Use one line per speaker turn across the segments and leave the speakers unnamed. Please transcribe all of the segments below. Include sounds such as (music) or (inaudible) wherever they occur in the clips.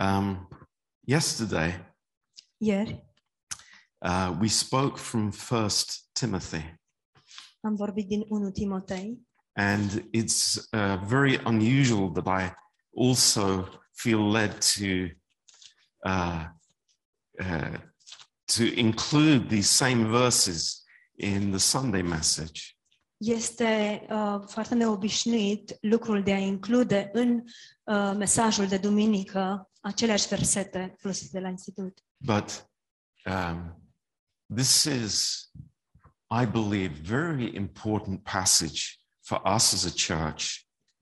Um, yesterday,
Ieri
uh, we spoke from First Timothy,
am vorbit din 1 Timotei
and it's uh, very unusual that I also feel led to uh, uh, to include these same verses in the Sunday message.
Este uh, foarte neobișnuit lucrul de a include în uh, mesajul de duminică aceleași versete plus de la institut.
But um, this is, I believe, very important passage for us as a church.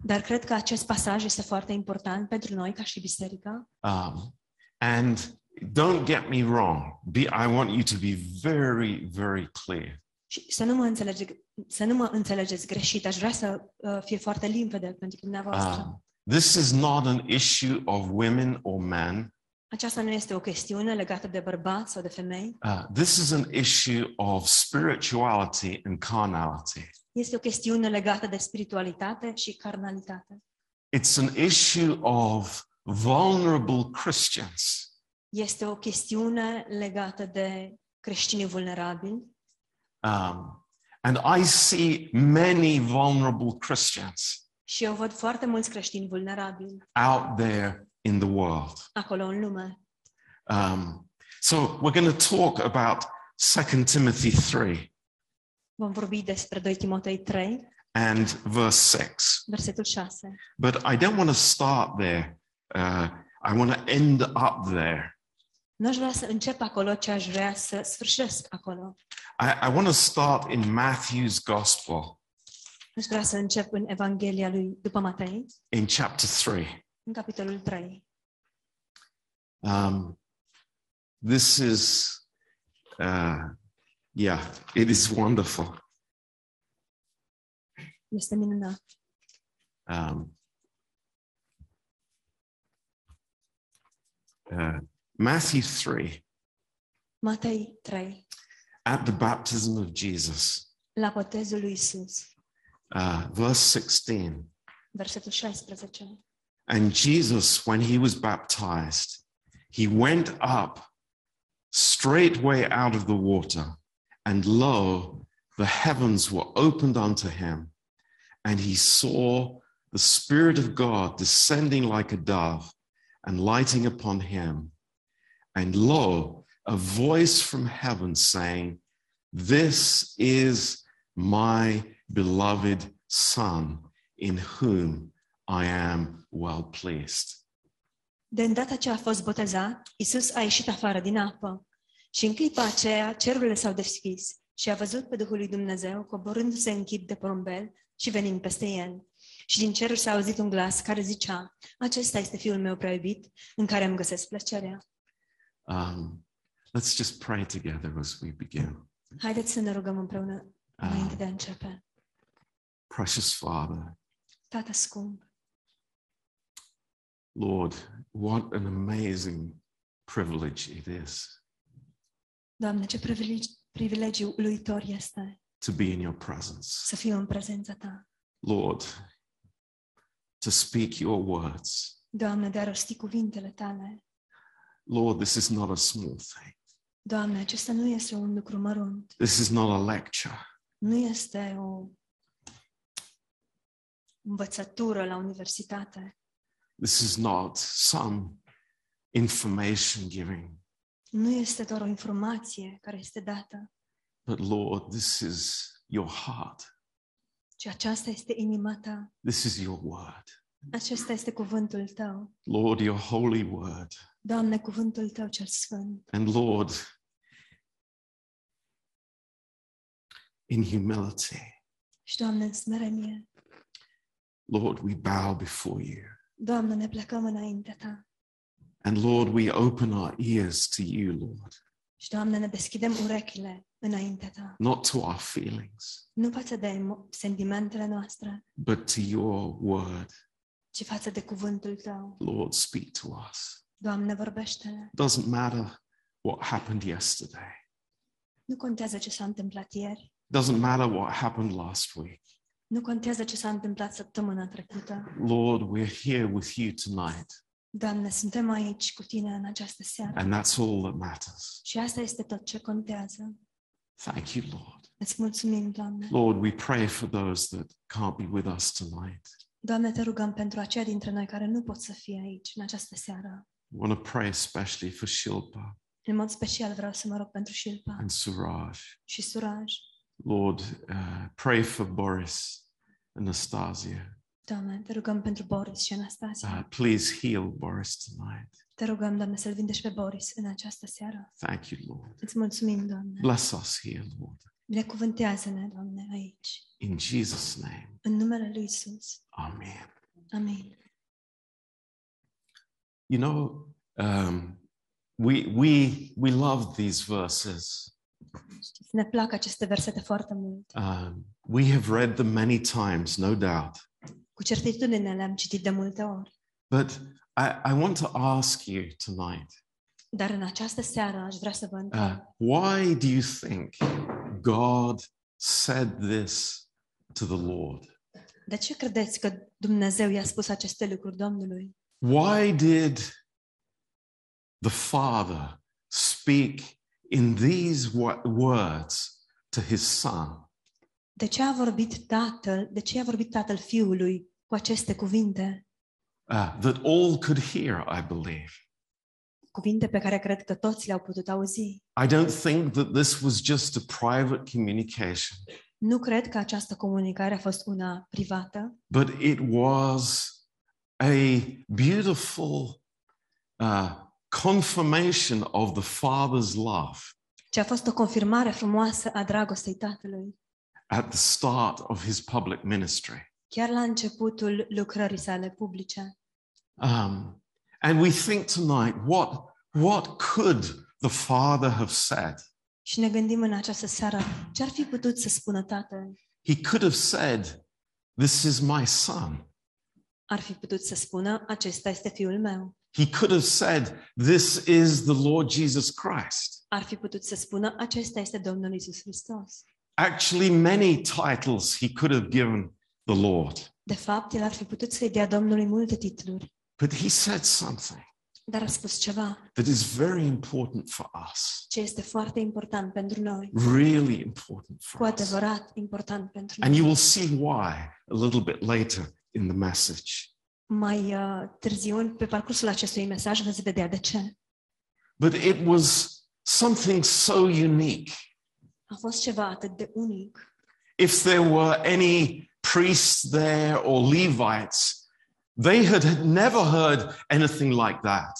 Dar cred că acest pasaj este foarte important pentru noi ca și biserica.
Um, and don't get me wrong. Be, I want you to be very, very clear.
Și să nu mă, înțelege, să nu mă înțelegeți greșit, aș vrea să uh, fie foarte limpede pentru dumneavoastră.
Um, this is not an issue of women or men.
Aceasta nu este o chestiune legată de bărbați sau de femei,
Uh, this is an issue of spirituality and carnality.
este o chestiune legată de spiritualitate și carnalitate.
It's an issue of vulnerable Christians
Este o chestiune legată de creștinii vulnerabili
Um, and I see many vulnerable Christians
și eu văd foarte mulți creștini vulnerabili
out there in the world.
acolo în lume.
Um, so we're going to talk about 2 Timothy 3
Vom vorbi despre 2 Timotei 3,
and verse 6.
versetul 6.
But I don't want to start there. Uh, I want to end up there.
Nu aș vrea să încep acolo ce aș vrea să sfârșesc acolo.
I, I want to start in Matthew's gospel
Aș vrea să încep în Evanghelia lui după Matei,
in chapter 3.
în capitolul 3.
Um, this is, uh, yeah, it is wonderful.
Este minunat.
Um, uh, Matthew 3,
Matei 3,
at the baptism of Jesus,
la botezul lui Isus,
uh, verse 16.
versetul 16.
And Jesus, when he was baptized, he went up straightway out of the water, and lo, the heavens were opened unto him, and he saw the Spirit of God descending like a dove and lighting upon him. And lo, a voice from heaven saying, This is my beloved Son, in whom I am well pleased.
De îndată ce a fost botezat, Isus a ieșit afară din apă și în clipa aceea cerurile s-au deschis și a văzut pe Duhul lui Dumnezeu coborându-se în chip de porumbel și venind peste el. Și din ceruri s-a auzit un glas care zicea, acesta este fiul meu prea iubit, în care îmi găsesc plăcerea.
Um, let's just pray together as we begin.
Haideți să ne rugăm împreună înainte de a
Um,
începe.
precious Father,
Tată scump,
Lord, what an amazing privilege it is
Doamne, ce privilegi- privilegiu uluitor este
to be in your presence.
să fiu în prezența Ta.
Lord, to speak your words.
Doamne, de a rosti cuvintele Tale.
Lord, this is not a small thing.
Doamne, acesta nu este un lucru mărunt.
This is not a lecture.
nu este o învățătură la universitate,
This is not some information giving.
nu este doar o informație care este dată,
But Lord, this is your heart.
ci aceasta este inima ta,
This is your word.
acesta este cuvântul tău.
Lord, your holy word.
Doamne, cuvântul tău cel sfânt.
And Lord, in humility,
Și, Doamne, în smerenie,
Lord, we bow before you.
Doamne, ne plecăm înaintea ta.
And Lord, we open our ears to you, Lord,
Și, Doamne, ne deschidem urechile înaintea ta,
not to our feelings,
nu față de emo- sentimentele noastre,
but to your word.
ci față de cuvântul tău.
Lord, speak to us.
Doamne, vorbește-ne.
Doesn't matter what happened yesterday,
Nu contează ce s-a întâmplat ieri,
doesn't matter what happened last week.
nu contează ce s-a întâmplat săptămâna trecută,
Lord, we're here with you tonight.
Doamne, suntem aici cu Tine în această seară
And that's all that matters.
și asta este tot ce contează.
Thank you, Lord.
Îți mulțumim, Doamne.
Lord, we pray for those that can't be with us tonight.
Doamne, Te rugăm pentru aceia dintre noi care nu pot să fie aici în această seară.
We want to pray especially for Shilpa
În mod special vreau să mă rog pentru Șilpa
and Suraj.
și Suraj.
Lord, uh, pray for Boris and Nastasia.
Doamne, Te rugăm pentru Boris și Anastasia.
Uh, please heal Boris tonight.
Te rugăm, Doamne, să-L vindești pe Boris în această seară.
Thank you, Lord.
Îți mulțumim, Doamne.
Bless us here, Lord.
Binecuvântează-ne, Doamne, aici.
In Jesus' name,
În numele Lui Isus.
Amen.
Amin.
You know, um, we we we love these verses.
Știți, ne plac aceste versete foarte mult.
Um, we have read them many times, no doubt.
Cu certitudine le-am citit de multe ori.
But I, I want to ask you tonight:
Dar în această seară aș vrea să vă întreb.
uh, Why do you think God said this to the Lord?
De ce credeți că Dumnezeu i-a spus aceste lucruri Domnului?
Why did the Father speak in these wo- words to his Son?
De ce a vorbit Tatăl, de ce a vorbit Tatăl Fiului cu aceste cuvinte?
uh, that all could hear, I believe.
Cuvinte pe care cred că toți le-au putut auzi.
I don't think that this was just a private communication,
Nu cred că această comunicare a fost una privată,
but it was a beautiful uh, confirmation of the Father's love
ci a fost o confirmare frumoasă a dragostei Tatălui,
at the start of his public ministry.
chiar la începutul lucrării sale publice.
Um, and we think tonight, what, what could the Father have said?
Și ne gândim în această seară ce ar fi putut să spună Tatăl.
He could have said, This is my Son.
Ar fi putut să spună, acesta este fiul meu.
He could have said, This is the Lord Jesus Christ.
Ar fi putut să spună, acesta este Domnul Isus Hristos.
Actually, many titles he could have given the Lord,
De fapt, el ar fi putut să-i dea Domnului multe titluri,
but he said something
dar a spus ceva
that is very important for us,
ce este foarte important pentru noi,
really important
cu
for us.
adevărat important pentru
And
noi.
you will see why a little bit later in the message.
Mai uh, târziu, în- pe parcursul acestui mesaj, veți vedea de ce.
But it was something so unique.
A fost ceva atât de unic.
If there were any priests there or Levites, they had never heard anything like that.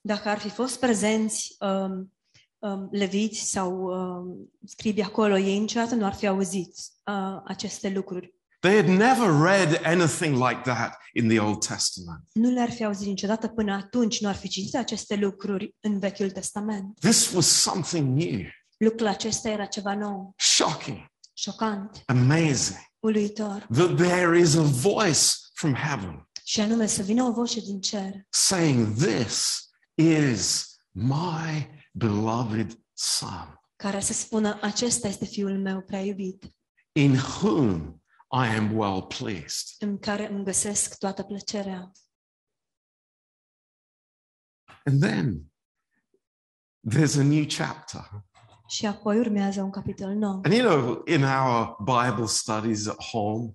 Dacă ar fi fost prezenți um, um, leviți sau um, scribi acolo, ei niciodată nu ar fi auzit uh, aceste lucruri.
They had never read anything like that in the Old Testament.
Nu le-ar fi auzit niciodată până atunci, nu ar fi citit aceste lucruri în Vechiul Testament.
This was something new,
Lucrul acesta era ceva nou,
shocking,
șocant,
amazing,
uluitor.
that there is a voice from heaven
Și anume să vină o voce din cer
saying, This is my beloved Son,
care să spună, acesta este fiul meu prea iubit,
in whom I am well pleased.
în care îmi găsesc toată plăcerea.
And then there's a new chapter.
Și apoi urmează un capitol nou.
And you know, in our Bible studies at home,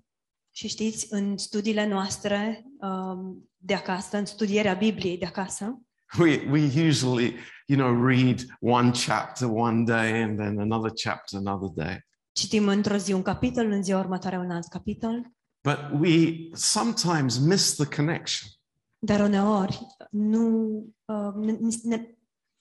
Și știți, în studiile noastre um, de acasă, în studierea Bibliei de acasă,
we we usually you know read one chapter one day and then another chapter another day
citim într-o zi un capitol, în ziua următoare un alt capitol,
but we sometimes miss the connection
dar uneori nu uh, ne, ne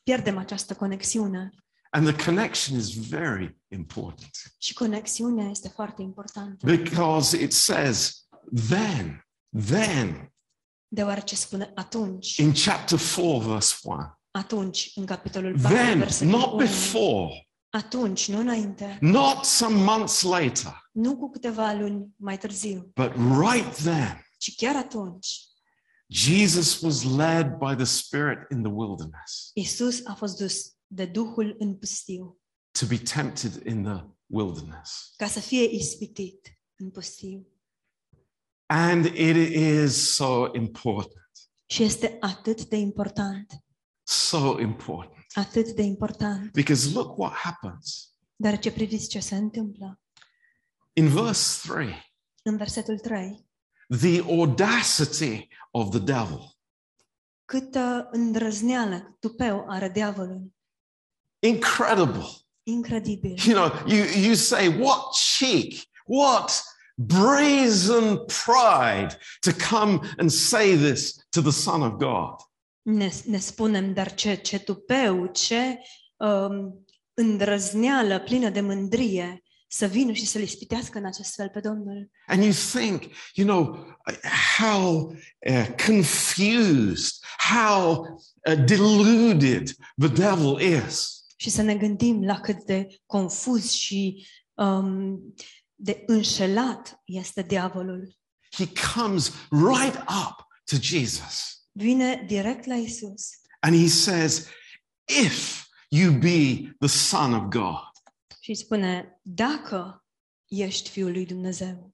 pierdem această conexiune.
and the connection is very important
Și conexiunea este foarte importantă,
because it says then then
deoarece spune atunci,
in chapter 4 verse 1
atunci, în capitolul 4,
then
versetul
not
1,
before
atunci, nu înainte,
not some months later
nu cu câteva luni mai târziu,
but right then
ci chiar atunci,
Jesus was led by the spirit in the wilderness
Isus a fost dus de Duhul în pustiu,
to be tempted in the wilderness
ca să fie ispitit în pustiu.
And it is so important
Și este atât de important,
So important.
atât de important.
Because look what happens.
Dar ce priviți ce se întâmplă?
In verse 3,
În versetul 3,
the audacity of the devil.
câtă îndrăzneală, cât tupeu are diavolul.
Incredible.
Incredibil.
You know, you, you say, what cheek, what brazen pride to come and say this to the Son of God.
Ne, ne spunem, dar ce, ce tupeu, ce um, îndrăzneală plină de mândrie să vină și să-L ispitească în acest fel pe Domnul.
And you think, you know, how uh, confused, how uh, deluded the devil is.
Și să ne gândim la cât de confuz și um, de înșelat este diavolul.
He comes right up to Jesus
Vine direct la Isus
and he says, If you be the Son of God.
și îi spune, dacă ești Fiul lui Dumnezeu.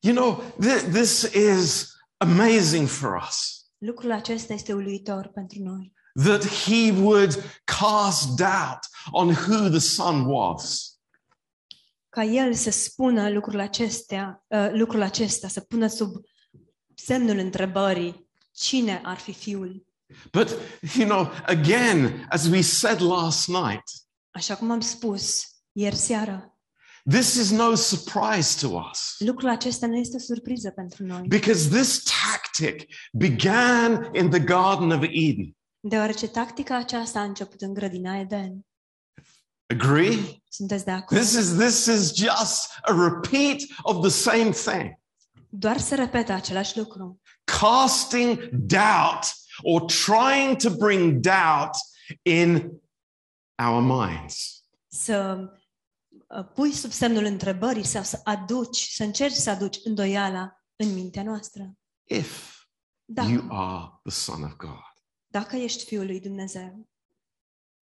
You know, th- this is amazing for us
Lucrul acesta este uluitor pentru noi.
that he would cast doubt on who the Son was.
Ca el să spună lucrul acestea, uh, lucrul acesta, să pună sub semnul întrebării cine ar fi Fiul.
But, you know, again, as we said last night,
Așa cum am spus ieri seară,
this is no surprise to us
lucrul acesta nu este o surpriză pentru noi.
because this tactic began in the Garden of Eden.
Deoarece tactica aceasta a început în grădina Eden.
Agree?
Sunteți de acord?
This is, this is just a repeat of the same thing
Doar se repetă același lucru.
casting doubt or trying to bring doubt in our minds.
Să uh, pui sub semnul întrebării sau să aduci, să încerci să aduci îndoiala în mintea noastră.
If you
Dacă,
are the Son of God.
dacă ești Fiul lui Dumnezeu.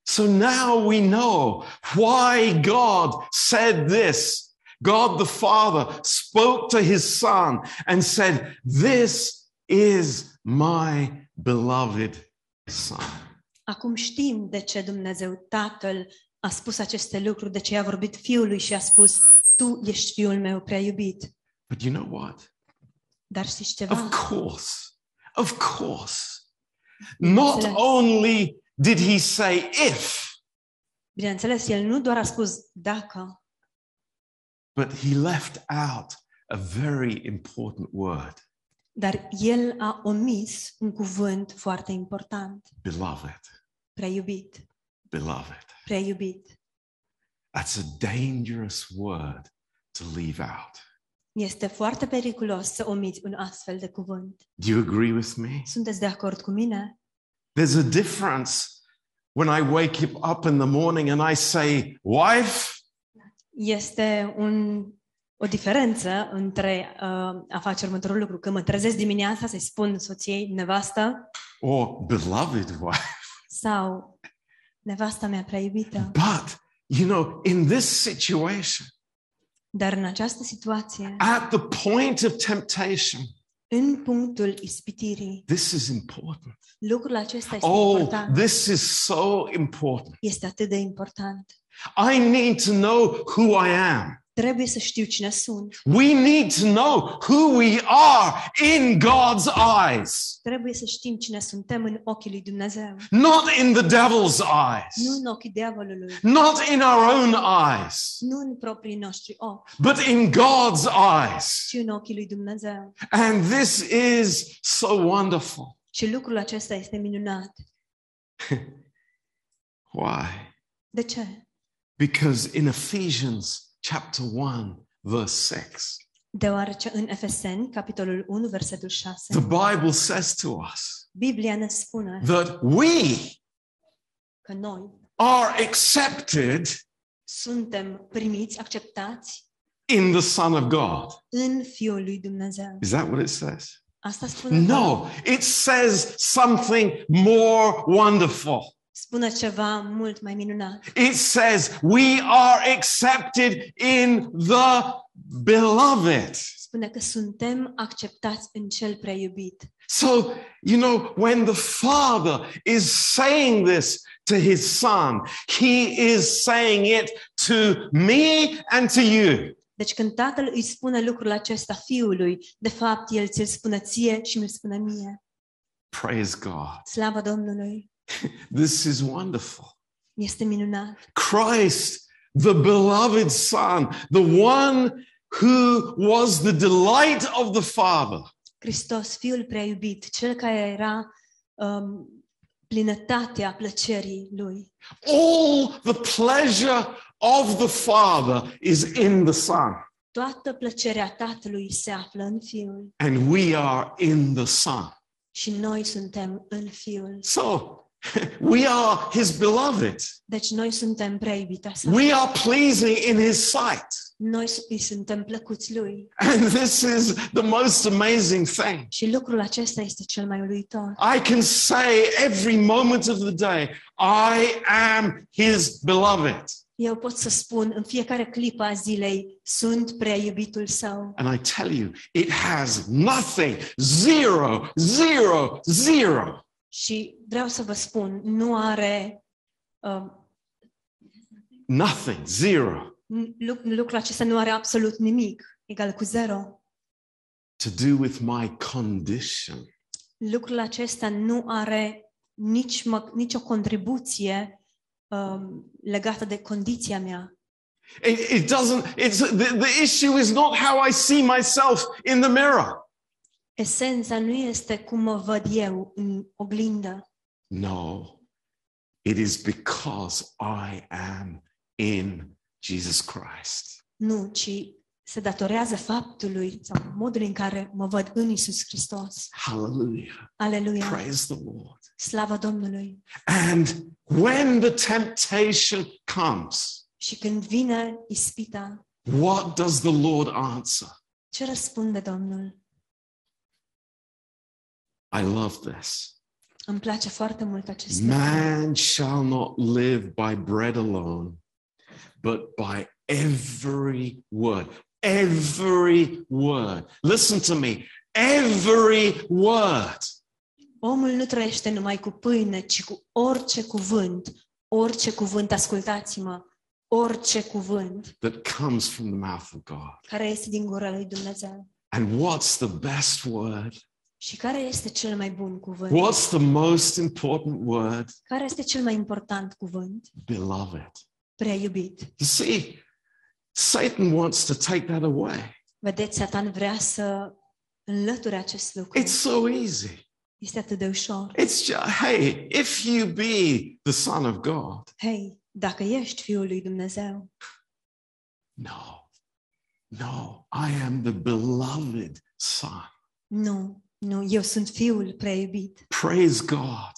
So now we know why God said this. God the Father spoke to his Son and said, This is my beloved Son.
Acum știm de ce Dumnezeu Tatăl a spus aceste lucruri, de ce i-a vorbit Fiului și a spus, tu ești Fiul meu prea iubit.
But you know what?
Dar știți ceva?
Of course. Of course. Not only did he say if,
Bineînțeles, El nu doar a spus dacă,
but he left out a very important word
Dar el a omis un cuvânt foarte important,
beloved.
prea iubit,
Beloved.
prea iubit.
That's a dangerous word to leave out.
Este foarte periculos să omiți un astfel de cuvânt.
Do you agree with me?
Sunteți de acord cu mine?
There's a difference when I wake up in the morning and I say, wife,
Este un, o diferență între uh, a face următorul lucru. Când mă trezesc dimineața să-i spun soției nevastă
or beloved wife. (laughs)
sau nevasta mea prea iubită.
But, you know, in this situation,
Dar în această situație,
at the point of temptation,
în punctul ispitirii,
this is important.
lucrul acesta este
Oh,
important.
this is so important.
Este atât de important.
I need to know who I am.
Trebuie să știu cine sunt.
We need to know who we are in God's eyes,
Trebuie să știm cine suntem în ochii lui Dumnezeu,
not in the devil's eyes,
nu în ochii diavolului,
not in our own eyes,
nu în proprii noștri ochi,
but in God's eyes.
ci în ochii lui Dumnezeu.
And this is so wonderful.
Și lucrul acesta este minunat.
Why?
De ce?
Because in Ephesians chapter 1, verse 6,
Deoarece în Efeseni, capitolul 1, versetul 6,
the Bible says to us
Biblia ne spune
that we
că noi
are accepted
suntem primiți, acceptați
in the Son of God.
în Fiul lui Dumnezeu.
Is that what it says?
Asta spune,
No, it says something more wonderful.
spune ceva mult mai minunat.
It says we are accepted in the beloved.
Spune că suntem acceptați în Cel prea iubit.
So, you know, when the Father is saying this to his Son, he is saying it to me and to you.
Deci când tatăl îi spune lucrul acesta fiului, de fapt el ți-l spune ție și mi-l spune mie.
Praise God.
Slava Domnului!
This is wonderful.
Este minunat!
Christ, the beloved Son, the one who was the delight of the Father,
Hristos, fiul prea iubit, cel care era um, plinătatea plăcerii lui.
all the pleasure of the Father is in the Son,
Toată plăcerea tatălui se află în fiul
and we are in the Son.
și noi suntem în fiul.
So, (laughs) we are his beloved.
Deci noi suntem prea iubita sa.
We are pleasing in his sight.
Noi su- îi suntem plăcuți lui.
And this is the most amazing thing.
Și lucrul acesta este cel mai uluitor.
I can say every moment of the day, I am his beloved.
Eu pot să spun în fiecare clipă a zilei, sunt prea iubitul său.
And I tell you, it has nothing, zero, zero, zero.
Și vreau să vă spun, nu are uh,
Nothing, zero
n- lu- lucrul acesta nu are absolut nimic, egal cu zero.
to do with my condition.
Lucrul acesta nu are nici mă, nicio contribuție um, legată de condiția mea.
It, it doesn't, it's, the, the issue is not how I see myself in the mirror.
Esența nu este cum mă văd eu în oglindă,
No, it is because I am in Jesus Christ.
nu, ci se datorează faptului sau modului în care mă văd în Isus Hristos.
Hallelujah.
Aleluia!
Praise the Lord.
Slavă Domnului!
And when the temptation comes,
Și când vine ispita,
what does the Lord answer?
ce răspunde Domnul?
I love this.
Îmi place foarte mult acest lucru.
Man shall not live by bread alone, but by every word. Every word. Listen to me. Every word
Omul nu trăiește numai cu pâine, ci cu orice cuvânt. Orice cuvânt, ascultați-mă, orice cuvânt
that comes from the mouth of God.
care este din gura lui Dumnezeu.
And what's the best word?
Și care este cel mai bun cuvânt?
What's the most important word?
Care este cel mai important cuvânt?
Beloved.
Prea iubit.
You see, Satan wants to take that away.
Vedeți, Satan vrea să înlăture acest lucru.
It's so easy.
Este atât de ușor.
It's just, hey, if you be the Son of God,
Hei, dacă ești Fiul lui Dumnezeu,
No, no, I am the beloved son.
nu, nu, eu sunt Fiul prea iubit.
Praise God.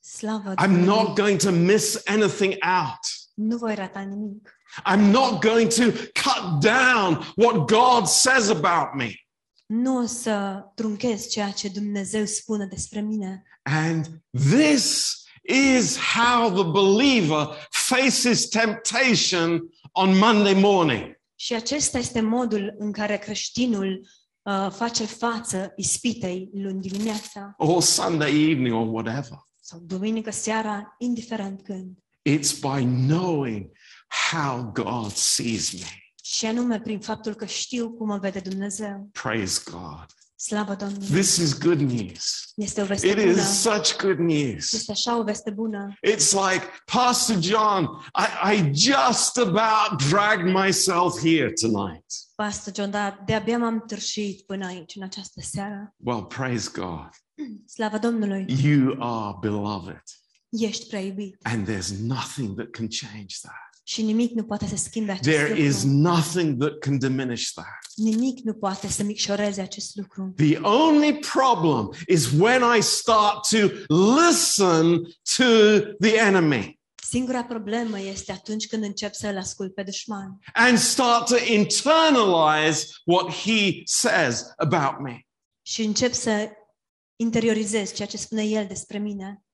Slavă
I'm
Domnului.
not going to miss anything out.
Nu voi rata nimic.
I'm not going to cut down what God says about me.
Nu o să trunchez ceea ce Dumnezeu spune despre mine.
And this is how the believer faces temptation on Monday morning.
Și acesta este modul în care creștinul uh, face față ispitei luni dimineața
Or Sunday evening, or whatever.
sau duminică seara, indiferent când.
It's by knowing how God sees me.
Și anume prin faptul că știu cum mă vede Dumnezeu.
Praise God.
Slavă Domnului!
This is good news.
Este o veste
It
bună.
is such good news.
Este așa o veste bună.
It's like, Pastor John, I, I just about dragged myself here tonight.
Pastor John, dar de-abia m-am târșit până aici, în această seară.
Well, praise God.
Slavă Domnului!
You are beloved,
Ești prea iubit
and there's nothing that can change that.
și nimic nu poate să schimbe acest
There
lucru.
is nothing that can diminish that.
Nimic nu poate să micșoreze acest lucru.
The only problem is when I start to listen to the enemy
Singura problemă este atunci când încep să-l ascult pe dușman
and start to internalize what he says about me.
și încep să interiorizez ceea ce spune el despre mine.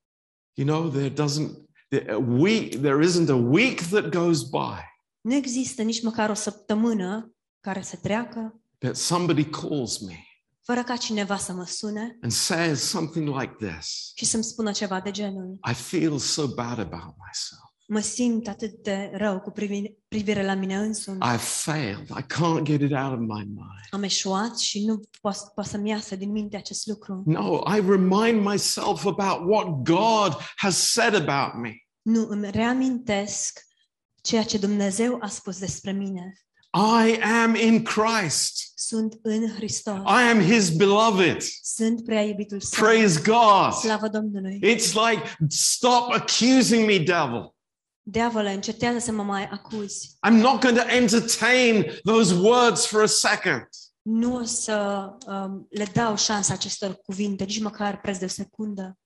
You know, there doesn't there, a week there isn't a week that goes by
Nu există nici măcar o săptămână care să treacă
that somebody calls me
fără ca cineva să mă sune
and says something like this
și să-mi spună ceva de genul.
I feel so bad about myself.
Mă simt atât de rău cu privire, privire la mine însumi.
I've failed. I can't get it out of my mind.
Am eșuat și nu poate po- să-mi iasă din minte acest lucru.
No, I remind myself about what God has said about me.
Nu, îmi reamintesc ceea ce Dumnezeu a spus despre mine.
I am in Christ.
Sunt în Hristos.
I am his beloved.
Sunt prea iubitul său.
Praise God.
Slavă Domnului.
It's like, stop accusing me, devil.
Diavole, încetează să mă mai acuzi.
I'm not going to entertain those words for a second.
Nu o să um, le dau șansa acestor cuvinte, nici măcar preț de o secundă.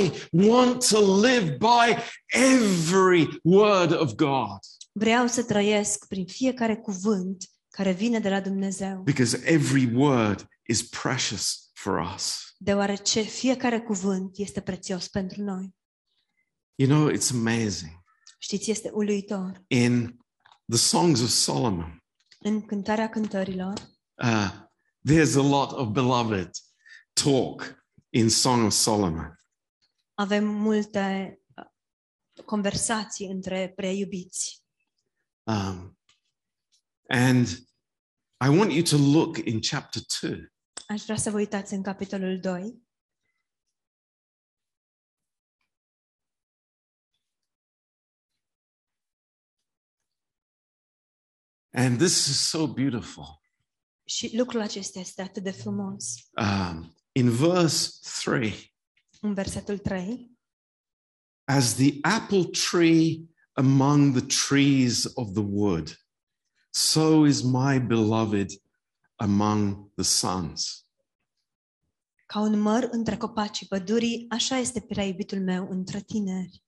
I want to live by every word of God
Vreau să trăiesc prin fiecare cuvânt care vine de la Dumnezeu,
because every word is precious for us.
deoarece fiecare cuvânt este prețios pentru noi.
You know, it's amazing.
Știți, este uluitor.
In the Songs of Solomon,
În cântarea cântărilor
uh, there's a lot of beloved talk in Song of Solomon.
avem multe uh, conversații între prea iubiți.
Um, and I want you to look in chapter 2.
Aș vrea să vă uitați în capitolul 2,
And this is so beautiful.
și lucrul acesta este atât de frumos.
Um, in verse 3,
În versetul 3,
as the apple tree among the trees of the wood, so is my beloved among the sons.
ca un măr între copacii pădurii, așa este prea iubitul meu între tineri.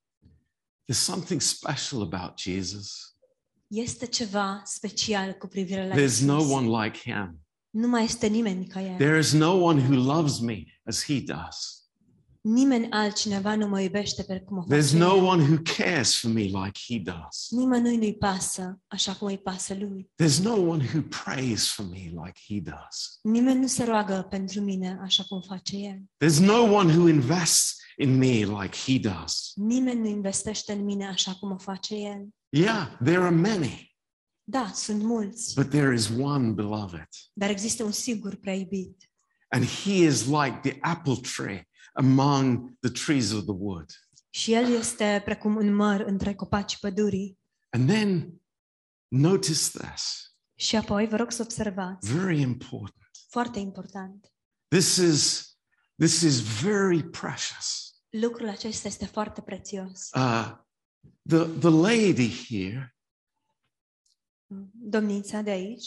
There's something special about Jesus.
Este ceva special cu privire la
There's
Isus.
no one like him.
Nu mai este nimeni ca el.
There is no one who loves me as he does.
Nimeni altcineva nu mă iubește pe cum o
There's
face
no
el.
one who cares for me like he does.
Nimănui nu-i pasă așa cum îi pasă lui.
There's no one who prays for me like he does.
Nimeni nu se roagă pentru mine așa cum face el.
There's no one who invests in me like he does.
Nimeni nu investește în mine așa cum o face el.
Yeah, there are many,
Da, sunt mulți,
but there is one beloved.
dar există un singur prea iubit.
And he is like the apple tree among the trees of the wood.
Și el este precum un măr între copacii pădurii.
And then notice this
Și apoi vă rog să observați,
very important.
foarte important,
This is, this is very precious.
lucrul acesta este foarte prețios.
Uh, the, the lady here
Domnița de aici,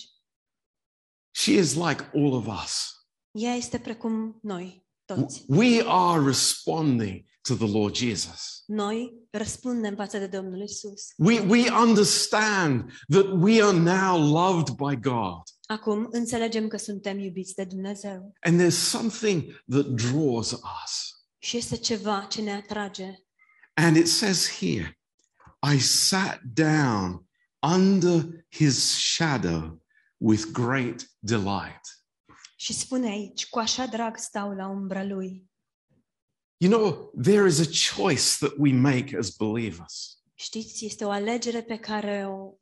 She is like all of us.
ea este precum noi
W-
toți.
We are responding to the Lord Jesus.
Noi răspundem față de Domnul Isus.
We, we understand that we are now loved by God.
Acum înțelegem că suntem iubiți de Dumnezeu
And there's something that draws us.
și este ceva ce ne atrage.
And it says here, I sat down under his shadow with great delight.
Și spune aici, cu așa drag stau la umbra lui.
You know, there is a choice that we make as believers.
Știți, este o alegere pe care o,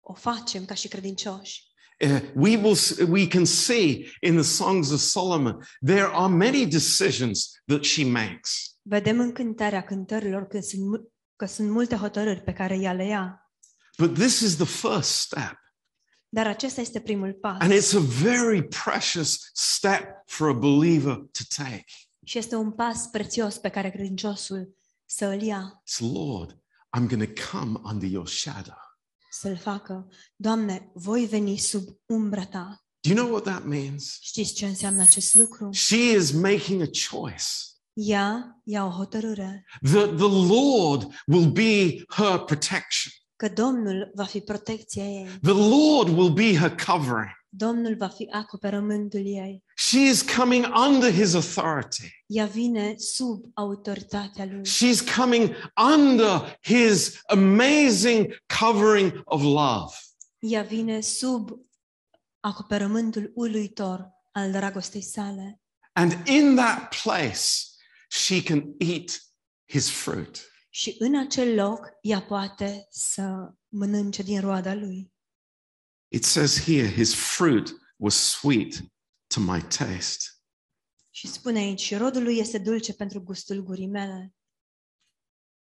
o facem ca și credincioși.
Uh, we will s- we can see in the songs of solomon there are many decisions that she makes
Vedem în cântarea cântărilor că sunt, mu- că sunt multe hotărâri pe care ea le ia,
but this is the first step
dar acesta este primul pas
and it's a very precious step for a believer to take
și este un pas prețios pe care credinciosul să îl ia,
it's lord i'm going to come under your shadow
să-l facă. Doamne, voi veni sub umbra ta.
do you know what that means
Știți ce înseamnă acest lucru?
she is making a choice
Ea ia o hotărâre
that the lord will be her protection
că Domnul va fi protecția ei,
the lord will be her covering
Domnul va fi acoperământul ei.
she is coming under his authority
Ea vine sub autoritatea lui.
She's coming under his amazing covering of love.
Ea vine sub acoperământul uluitor al dragostei sale.
And in that place, she can eat his fruit.
Și în acel loc ea poate să mănânce din roada lui.
It says here, his fruit was sweet to my taste.
Și spune aici, și rodul lui este dulce pentru gustul gurii mele.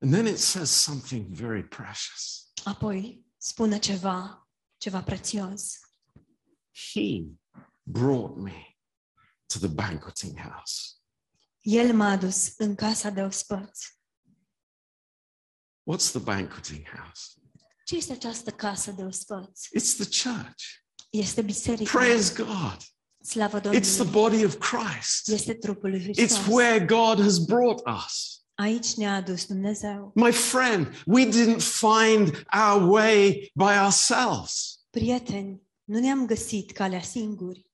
And then it says something very precious.
Apoi spune ceva, ceva prețios.
He brought me to the banqueting house.
El m-a adus în casa de ospăți.
What's the banqueting house?
Ce este această casă de ospăți?
It's the church.
Este biserica.
Praise God.
Slavă
It's the
Domnului.
body of Christ.
Este trupul lui Hristos.
It's where God has brought us.
Aici ne-a adus Dumnezeu.
My friend, we didn't find our way by ourselves.
Prieteni, nu ne-am găsit calea singuri.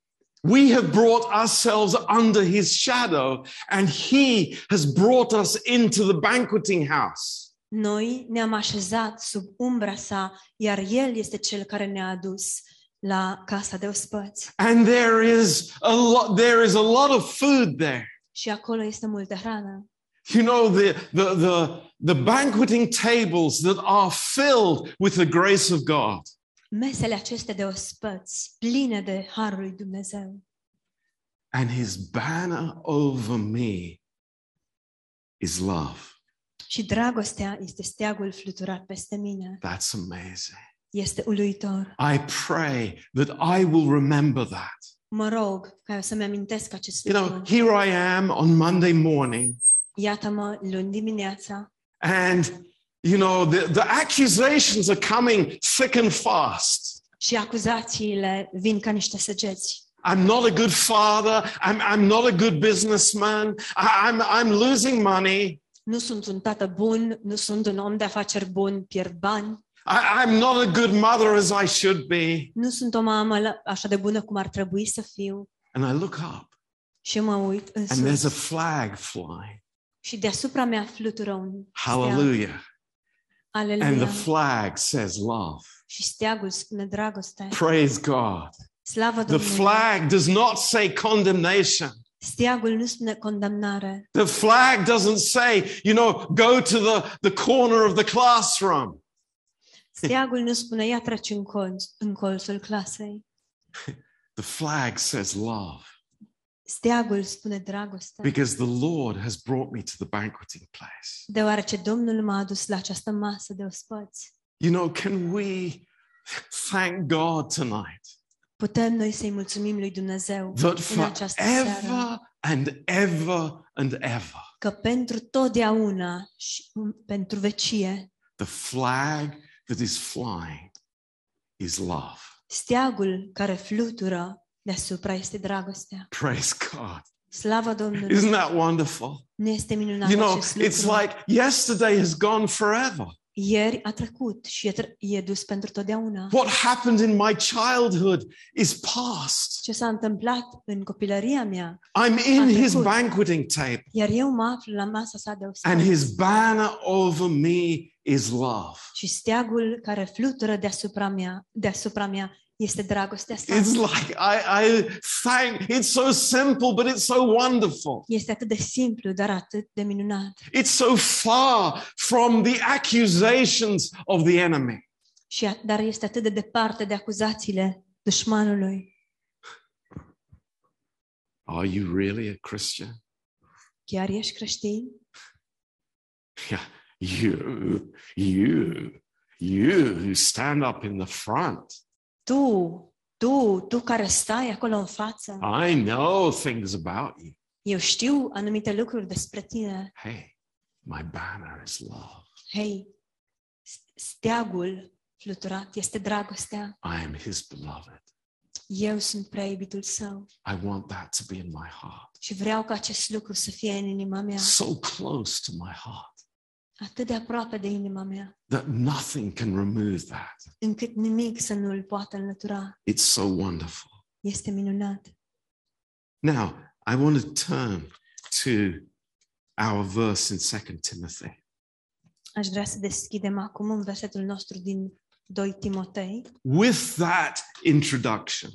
We have brought ourselves under his shadow, and he has brought us into the banqueting house.
Noi ne-am așezat sub umbra sa, iar El este Cel care ne-a adus la casa de ospăți.
And there is a lot, there is a lot of food there.
Și acolo este multă hrană.
You know, the, the, the, the banqueting tables that are filled with the grace of God.
Mesele acestea de ospăți, pline de Harul lui Dumnezeu.
And his banner over me is love.
Și dragostea este steagul fluturat peste mine.
That's amazing.
Este uluitor.
I pray that I will remember that.
Mă rog ca eu să-mi amintesc acest
You
lucru.
know, here I am on Monday morning.
Iată-mă luni dimineața
And, you know, the, the accusations are coming thick and fast.
și acuzațiile vin ca niște săgeți.
I'm not a good father. I'm, I'm not a good businessman. I, am I'm losing money.
Nu sunt un tată bun, nu sunt un om de afaceri bun, pierd bani,
I, I'm not a good mother as I should be.
nu sunt o mamă la- așa de bună cum ar trebui să fiu.
And I look up
Și mă uit în
and
sus
there's a flag flying.
și deasupra mea flutură un steag.
Hallelujah. And the
Aleluia.
flag says love.
Și steagul spune dragoste.
Praise God.
Slavă
The
Domnului.
flag does not say condemnation.
Steagul nu spune condamnare.
The flag doesn't say, you know, go to the, the corner of the classroom.
Steagul nu spune ia treci în, colț, în colțul clasei.
The flag says love
Steagul spune dragoste.
because the Lord has brought me to the banqueting place.
Deoarece Domnul m-a adus la această masă de ospăți.
You know, can we thank God tonight
Putem noi să-i mulțumim lui Dumnezeu
that
în această seară,
forever and ever and ever,
că pentru totdeauna și pentru vecie,
the flag that is flying is love?
steagul care flutură deasupra este dragostea.
Praise God.
Slavă Domnului!
Isn't that wonderful?
Nu este minunat
You know,
acest lucru.
it's like yesterday has gone forever.
Ieri a trecut și e, tr- e dus pentru totdeauna.
What happened in my childhood is past.
Ce s-a întâmplat în copilăria mea,
I'm in his
trecut.
banqueting table.
iar eu mă aflu la masa sa de
and
obstacle.
his banner over me is love.
Și steagul care flutură deasupra mea, deasupra mea este dragostea sa.
It's like I, I thank. It's so simple, but it's so wonderful.
Este atât de simplu, dar atât de minunat.
It's so far from the accusations of the enemy.
Și a, dar este atât de departe de acuzațiile dușmanului.
Are you really a Christian?
Chiar ești creștin?
Yeah, you, you, you who stand up in the front.
Tu, tu, tu care stai acolo în față,
I know things about you.
eu știu anumite lucruri despre tine.
Hey, my banner is love.
Hei, s- steagul fluturat este dragostea.
I am His beloved.
Eu sunt prea iubitul său
I want that to be in my heart.
și vreau ca acest lucru să fie în inima mea,
so close to my heart
atât de aproape de inima mea,
that nothing can remove that.
încât nimic să nu îl poată înlătura.
It's so wonderful.
Este minunat.
Now, I want to turn to our verse in Second Timothy.
Aș vrea să deschidem acum în versetul nostru din 2 Timotei.
With that introduction,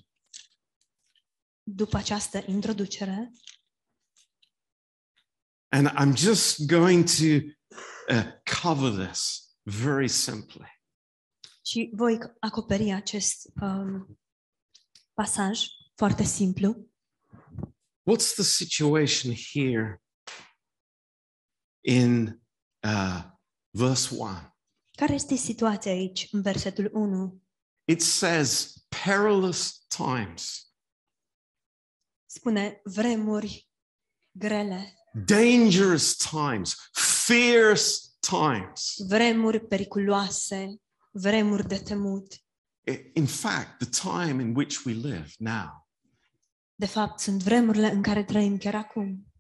după această introducere
And I'm just going to uh, cover this very simply.
și voi acoperi acest um, pasaj foarte simplu.
What's the situation here in uh, verse 1?
Care este situația aici, în versetul 1?
It says, perilous times,
Spune vremuri grele,
dangerous times, fierce times.
vremuri periculoase, vremuri de temut.
I- In fact, the time in which we live now.
De fapt, sunt vremurile în care trăim chiar acum.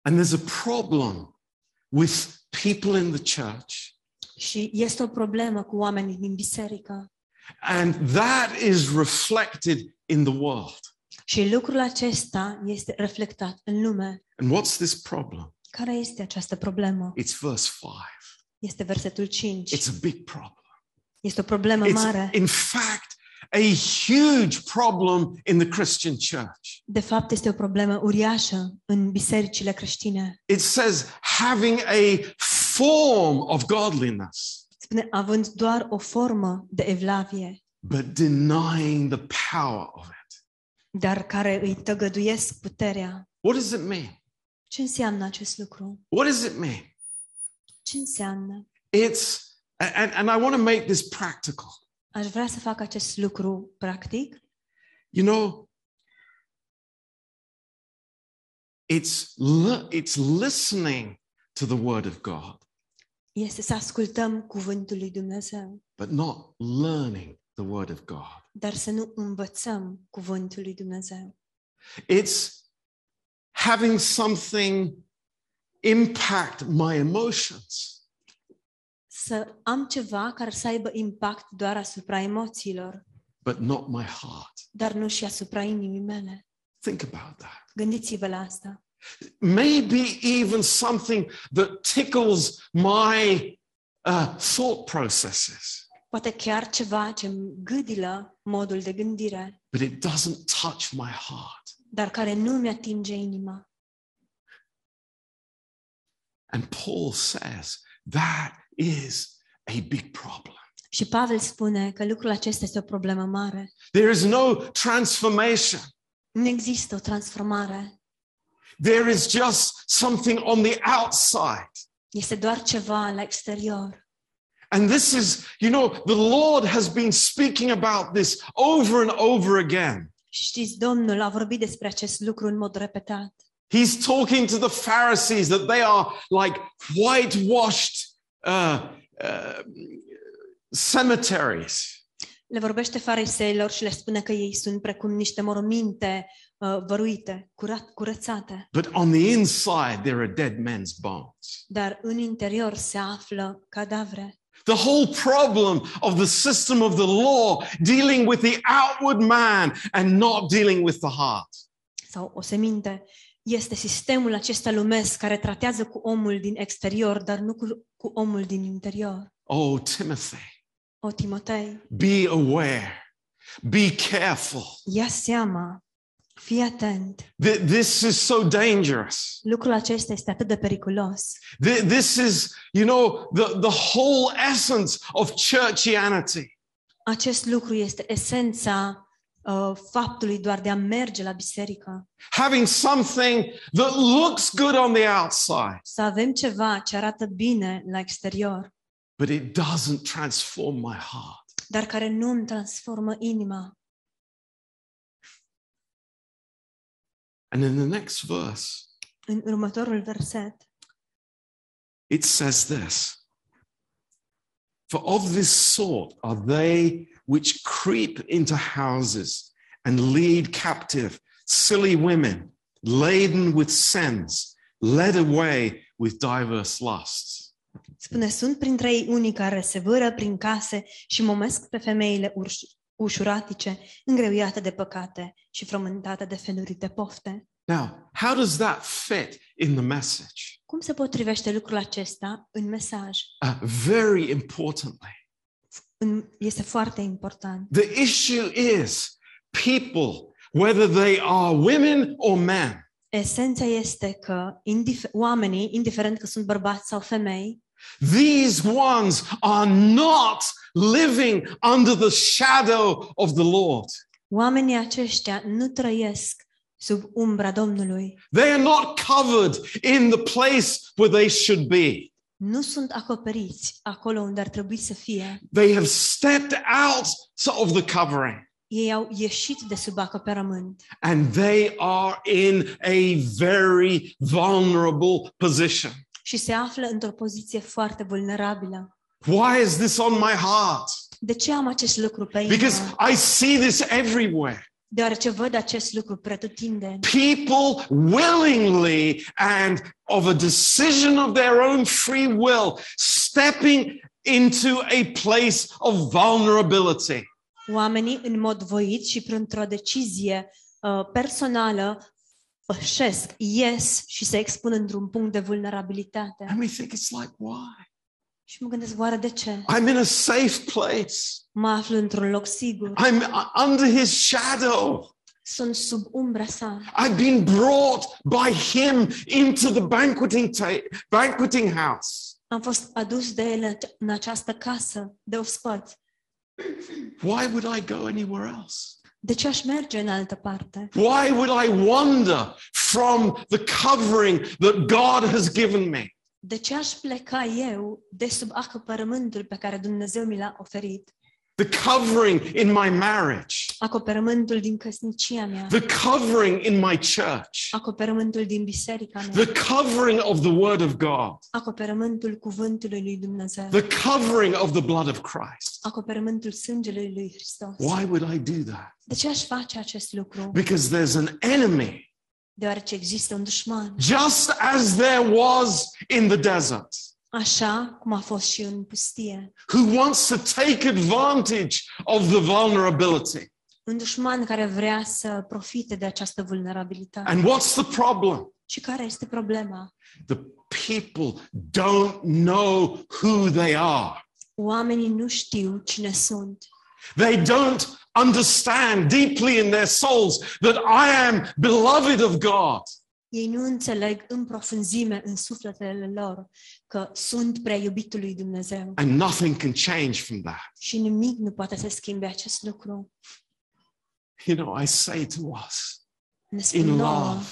And there's a problem with people in the church.
Și este o problemă cu oamenii din biserică.
And that is reflected in the world.
Și lucrul acesta este reflectat în lume.
And what's this problem?
Care este această problemă?
It's verse 5.
Este versetul 5.
It's a big problem.
Este o problemă
It's,
mare.
in fact, a huge problem in the Christian church.
De fapt, este o problemă uriașă în bisericile creștine.
It says having a form of godliness,
Spune, având doar o formă de evlavie,
but denying the power of it.
dar care îi tăgăduiesc puterea.
What does it mean?
Ce înseamnă acest lucru?
What does it mean?
Ce înseamnă?
It's, and, and I want to make this practical.
Aș vrea să fac acest lucru practic.
You know, it's, li- it's listening to the word of God,
Este să ascultăm cuvântul lui Dumnezeu,
but not learning the word of God.
dar să nu învățăm cuvântul lui Dumnezeu.
It's having something impact my emotions,
Să am ceva care să aibă impact doar asupra emoțiilor,
but not my heart.
dar nu și asupra inimii mele.
Think about that.
Gândiți-vă la asta.
Maybe even something that tickles my uh, thought processes,
Poate chiar ceva ce îmi gâdilă modul de gândire,
but it doesn't touch my heart.
dar care nu mi atinge inima.
And Paul says that is a big problem.
Și Pavel spune că lucrul acesta este o problemă mare.
There is no transformation.
Nu există o transformare.
There is just something on the outside.
Este doar ceva la exterior.
And this is, you know, the Lord has been speaking about this over and over again.
Și știți, Domnul a vorbit despre acest lucru în mod repetat.
He's talking to the Pharisees that they are like whitewashed uh, uh, cemeteries.
Le vorbește fariseilor și le spune că ei sunt precum niște morminte uh, văruite, curat, curățate,
But on the inside, there are dead men's bones.
dar în interior se află cadavre.
The whole problem of the system of the law dealing with the outward man and not dealing with the heart.
sau o seminte, este sistemul acesta lumesc care tratează cu omul din exterior, dar nu cu, cu omul din interior.
Oh, Timothy,
O, Timotei,
be aware, be careful.
ia seama, fii atent,
Th- This is so dangerous.
lucrul acesta este atât de periculos.
Th- This is, you know, the, the whole essence of churchianity.
Acest lucru este esența uh, faptului doar de a merge la biserică,
Having something that looks good on the outside,
să avem ceva ce arată bine la exterior,
but it doesn't transform my heart.
dar care nu îmi transformă inima.
And in the next verse,
În următorul verset,
it says this For of this sort are they which creep into houses and lead captive silly women, laden with sins, led away with diverse lusts.
Spune, sunt printre ei unii care se vâră prin case și momesc pe femeile urș- ușuratice, îngreuiate de păcate și frământate de feluri de pofte.
Now, how does that fit in the message?
Cum se potrivește lucrul acesta în mesaj?
Uh, very importantly,
În, este foarte important.
the issue is people whether they are women or men,
Esența este că indif- oamenii, indiferent că sunt bărbați sau femei,
these ones are not living under the shadow of the Lord.
oamenii aceștia nu trăiesc sub umbra Domnului,
They are not covered in the place where they should be.
nu sunt acoperiți acolo unde ar trebui să fie.
They have stepped out of the covering
Ei au ieșit de sub acoperământ
and they are in a very vulnerable position.
și se află într-o poziție foarte vulnerabilă.
Why is this on my heart?
De ce am acest lucru pe inimă?
Because I see this everywhere.
Deoarece văd acest lucru pretutindeni.
People willingly and of a decision of their own free will stepping into a place of vulnerability.
Oamenii, în mod voit și printr-o decizie uh, personală, pășesc, ies și se expun într-un punct de vulnerabilitate.
And we think it's like, why?
Și mă gândesc, oare de ce?
I'm in a safe place.
Mă aflu într-un loc sigur.
I'm uh, under his shadow.
Sunt sub umbra sa.
I've been brought by him into the banqueting, ta- banqueting house.
Am fost adus de el în această casă de ospăț.
Why would I go anywhere else?
De ce aș merge în altă parte?
Why would I wander from the covering that God has given me?
De ce aș pleca eu de sub acoperământul pe care Dumnezeu mi l-a oferit?
The covering in my marriage,
Acoperământul din căsnicia mea,
the covering in my church,
acoperământul din biserica mea.
the covering of the Word of God,
acoperământul cuvântului lui Dumnezeu,
the covering of the blood of Christ.
acoperământul sângelui lui Hristos.
Why would I do that?
De ce aș face acest lucru?
Because there's an enemy,
Deoarece există un dușman,
just as there was in the desert,
așa cum a fost și în pustie.
who wants to take advantage of the vulnerability.
Un dușman care vrea să profite de această vulnerabilitate.
And what's the problem?
Și care este problema?
The people don't know who they are.
Oamenii nu știu cine sunt.
They don't understand deeply in their souls that I am beloved of God.
Ei nu înțeleg în profunzime, în sufletele lor, că sunt prea iubitul lui Dumnezeu.
And nothing can change from that.
Și nimic nu poate să schimbe acest lucru.
You know, I say to us
Ne spun
in
nouă,
love,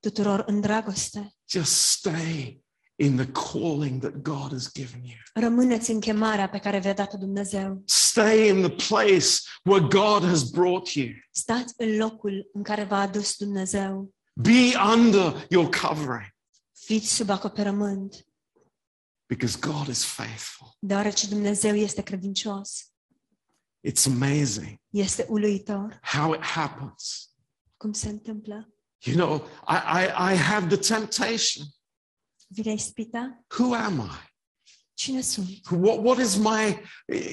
tuturor în dragoste.
just stay in the calling that God has given you.
Rămâneți în chemarea pe care vi-a dat-o Dumnezeu.
Stay in the place where God has brought you.
Stați în locul în care v-a adus Dumnezeu.
Be under your covering
Fiți sub acoperământ,
because God is faithful.
deoarece Dumnezeu este credincios.
It's amazing
Este uluitor
how it happens.
cum se întâmplă.
You know, I, I, I have the temptation.
Vine ispita?
Who am I?
Cine sunt?
what, what is my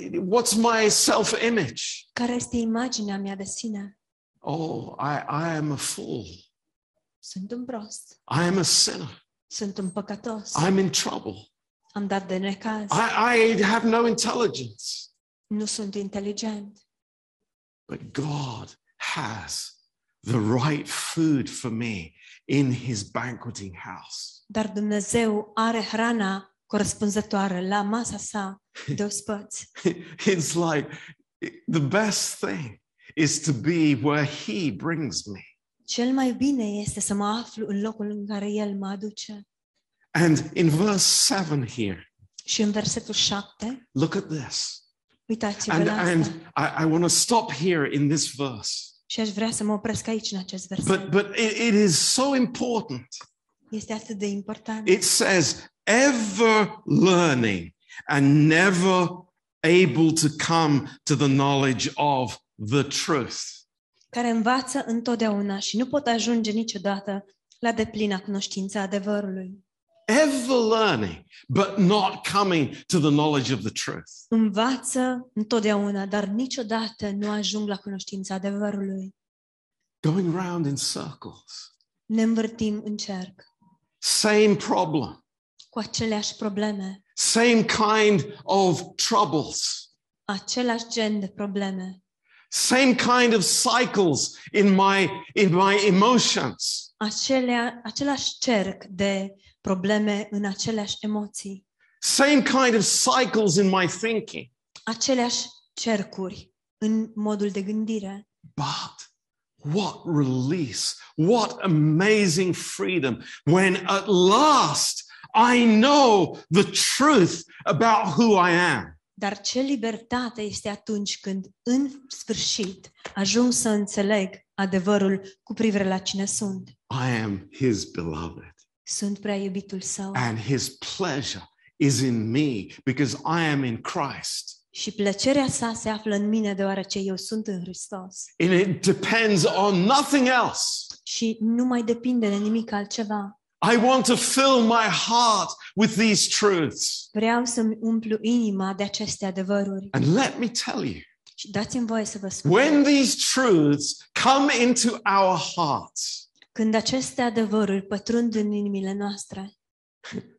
what's my self-image
Care este imaginea mea de sine?
oh i i am a fool
Sunt un prost.
i am a sinner
Sunt un păcătos.
i'm in trouble
Am dat de necaz.
Ah! i i have no intelligence
Nu sunt inteligent.
but god has the right food for me in his banqueting house (laughs)
Dar Dumnezeu are hrana corespunzătoare la masa sa de ospăți.
it's like the best thing is to be where he brings me
Cel mai bine este să mă aflu în locul în care El mă aduce.
and in verse 7 here
Și în versetul 7,
look at this
uitați-vă
and
la asta.
and i, I want to stop here in this verse
și aș vrea să mă opresc aici în acest verset.
But but it, it is so important.
este atât de important.
It says ever learning and never able to come to the knowledge of the truth.
care învață întotdeauna și nu pot ajunge niciodată la deplina cunoștință a adevărului.
Ever learning, but not coming to the knowledge of the truth.
Învață întotdeauna, dar niciodată nu ajung la cunoștința adevărului.
Going round in circles.
Ne învârtim în cerc
Same problem,
cu aceleași probleme,
same kind of troubles.
același gen de probleme.
Same kind of cycles in my, in my emotions.
Acelea, același cerc de probleme în aceleași emoții,
Same kind of cycles in my thinking.
aceleași cercuri în modul de gândire.
But what release, what amazing freedom when at last I know the truth about who I am.
Dar ce libertate este atunci când, în sfârșit, ajung să înțeleg adevărul cu privire la cine sunt.
I am his beloved,
Sunt prea iubitul său
and his pleasure is in me because I am in Christ.
și plăcerea sa se află în mine deoarece eu sunt în Hristos
And it depends on nothing else.
și nu mai depinde de nimic altceva.
I want to fill my heart with these truths.
Vreau să-mi umplu inima de aceste adevăruri.
And let me tell you,
Și dați-mi voie să vă spun,
when these truths come into our hearts,
când aceste adevăruri pătrund în inimile noastre,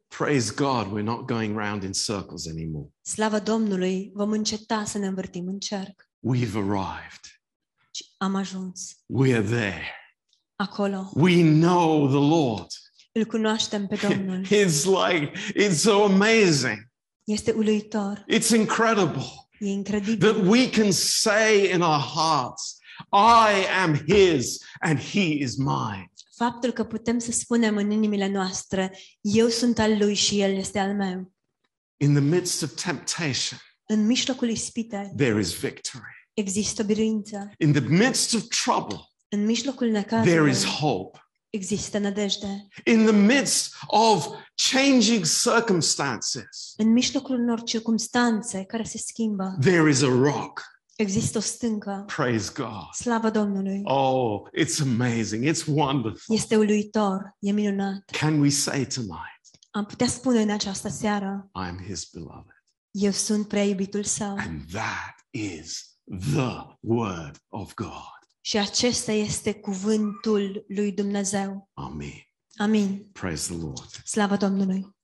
Praise God, we're not going round in circles anymore.
slavă Domnului, vom înceta să ne învârtim în cerc.
We've arrived.
Și am ajuns
We're there.
acolo.
We know the Lord.
Îl cunoaștem pe
(laughs)
Domnul.
It's like, it's so amazing.
Este uluitor,
It's incredible
e incredibil
that we can say in our hearts, I am His and He is mine.
faptul că putem să spunem în inimile noastre, eu sunt al lui și el este al meu.
In the midst of temptation,
În mijlocul ispitei
there is victory.
există biruință,
In the midst of trouble,
în mijlocul
there is
necazului
hope.
există nădejde,
In the midst of changing circumstances,
în mijlocul unor circumstanțe care se schimbă
there is a rock.
există o stâncă.
Praise God.
Slavă Domnului!
Oh, it's amazing. It's wonderful.
Este uluitor, e minunat.
Can we say tonight,
Am putea spune în această seară,
I'm his beloved?
eu sunt prea iubitul său
And that is the word of God.
și acesta este cuvântul lui Dumnezeu.
Amen.
Amin.
Praise the Lord.
Slavă Domnului!